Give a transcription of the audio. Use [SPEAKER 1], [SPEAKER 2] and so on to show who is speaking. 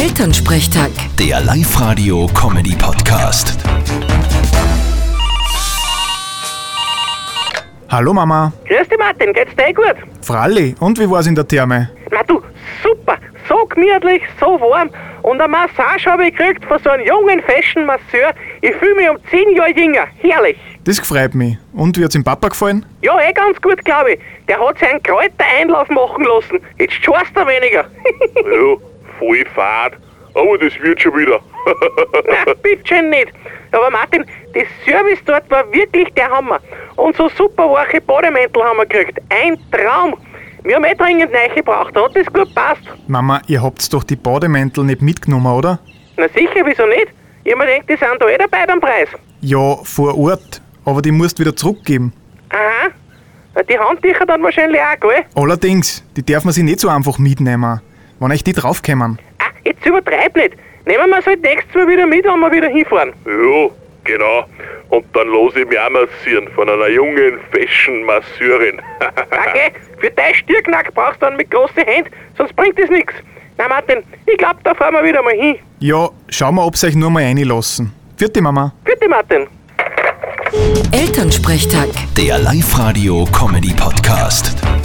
[SPEAKER 1] Elternsprechtag.
[SPEAKER 2] Der Live-Radio-Comedy-Podcast.
[SPEAKER 3] Hallo Mama,
[SPEAKER 4] Grüß dich Martin, geht's dir eh gut?
[SPEAKER 3] Fralli, und wie war's in der Therme?
[SPEAKER 4] Na du, super, so gemütlich, so warm und eine Massage habe ich gekriegt von so einem jungen Fashion-Masseur. Ich fühle mich um 10 Jahre jünger, herrlich.
[SPEAKER 3] Das freut mich. Und wie hat's dem Papa gefallen?
[SPEAKER 4] Ja, eh ganz gut, glaube ich. Der hat seinen Kräutereinlauf machen lassen. Jetzt schaust er weniger.
[SPEAKER 5] Ja, voll fad. Aber das wird schon wieder.
[SPEAKER 4] Na, bitte nicht. Aber Martin, das Service dort war wirklich der Hammer. Und so super weiche Bademäntel haben wir gekriegt. Ein Traum. Wir haben eh dringend neue gebraucht, da hat das gut passt.
[SPEAKER 3] Mama, ihr habt's doch die Bademäntel nicht mitgenommen, oder?
[SPEAKER 4] Na sicher, wieso nicht? Ich hab mir gedacht, die sind da eh dabei beim Preis.
[SPEAKER 3] Ja, vor Ort, aber die musst wieder zurückgeben.
[SPEAKER 4] Aha. Die Handtücher dann wahrscheinlich auch, gell?
[SPEAKER 3] Allerdings, die darf man sich nicht so einfach mitnehmen, wenn euch die draufkommen.
[SPEAKER 4] Ah, jetzt übertreib nicht. Nehmen wir es halt nächstes Mal wieder mit, wenn wir wieder hinfahren.
[SPEAKER 5] Ja, genau. Und dann lasse ich mich auch massieren von einer jungen Fashion-Masseurin.
[SPEAKER 4] Okay, für deinen Stierknack brauchst du dann mit großen Händen, sonst bringt das nichts. Na Martin, ich glaub, da fahren wir wieder mal hin.
[SPEAKER 3] Ja, schauen wir, ob's euch nur mal reinlassen. Vierte Mama.
[SPEAKER 4] Bitte Martin.
[SPEAKER 1] Elternsprechtag.
[SPEAKER 2] Der Live-Radio-Comedy-Podcast.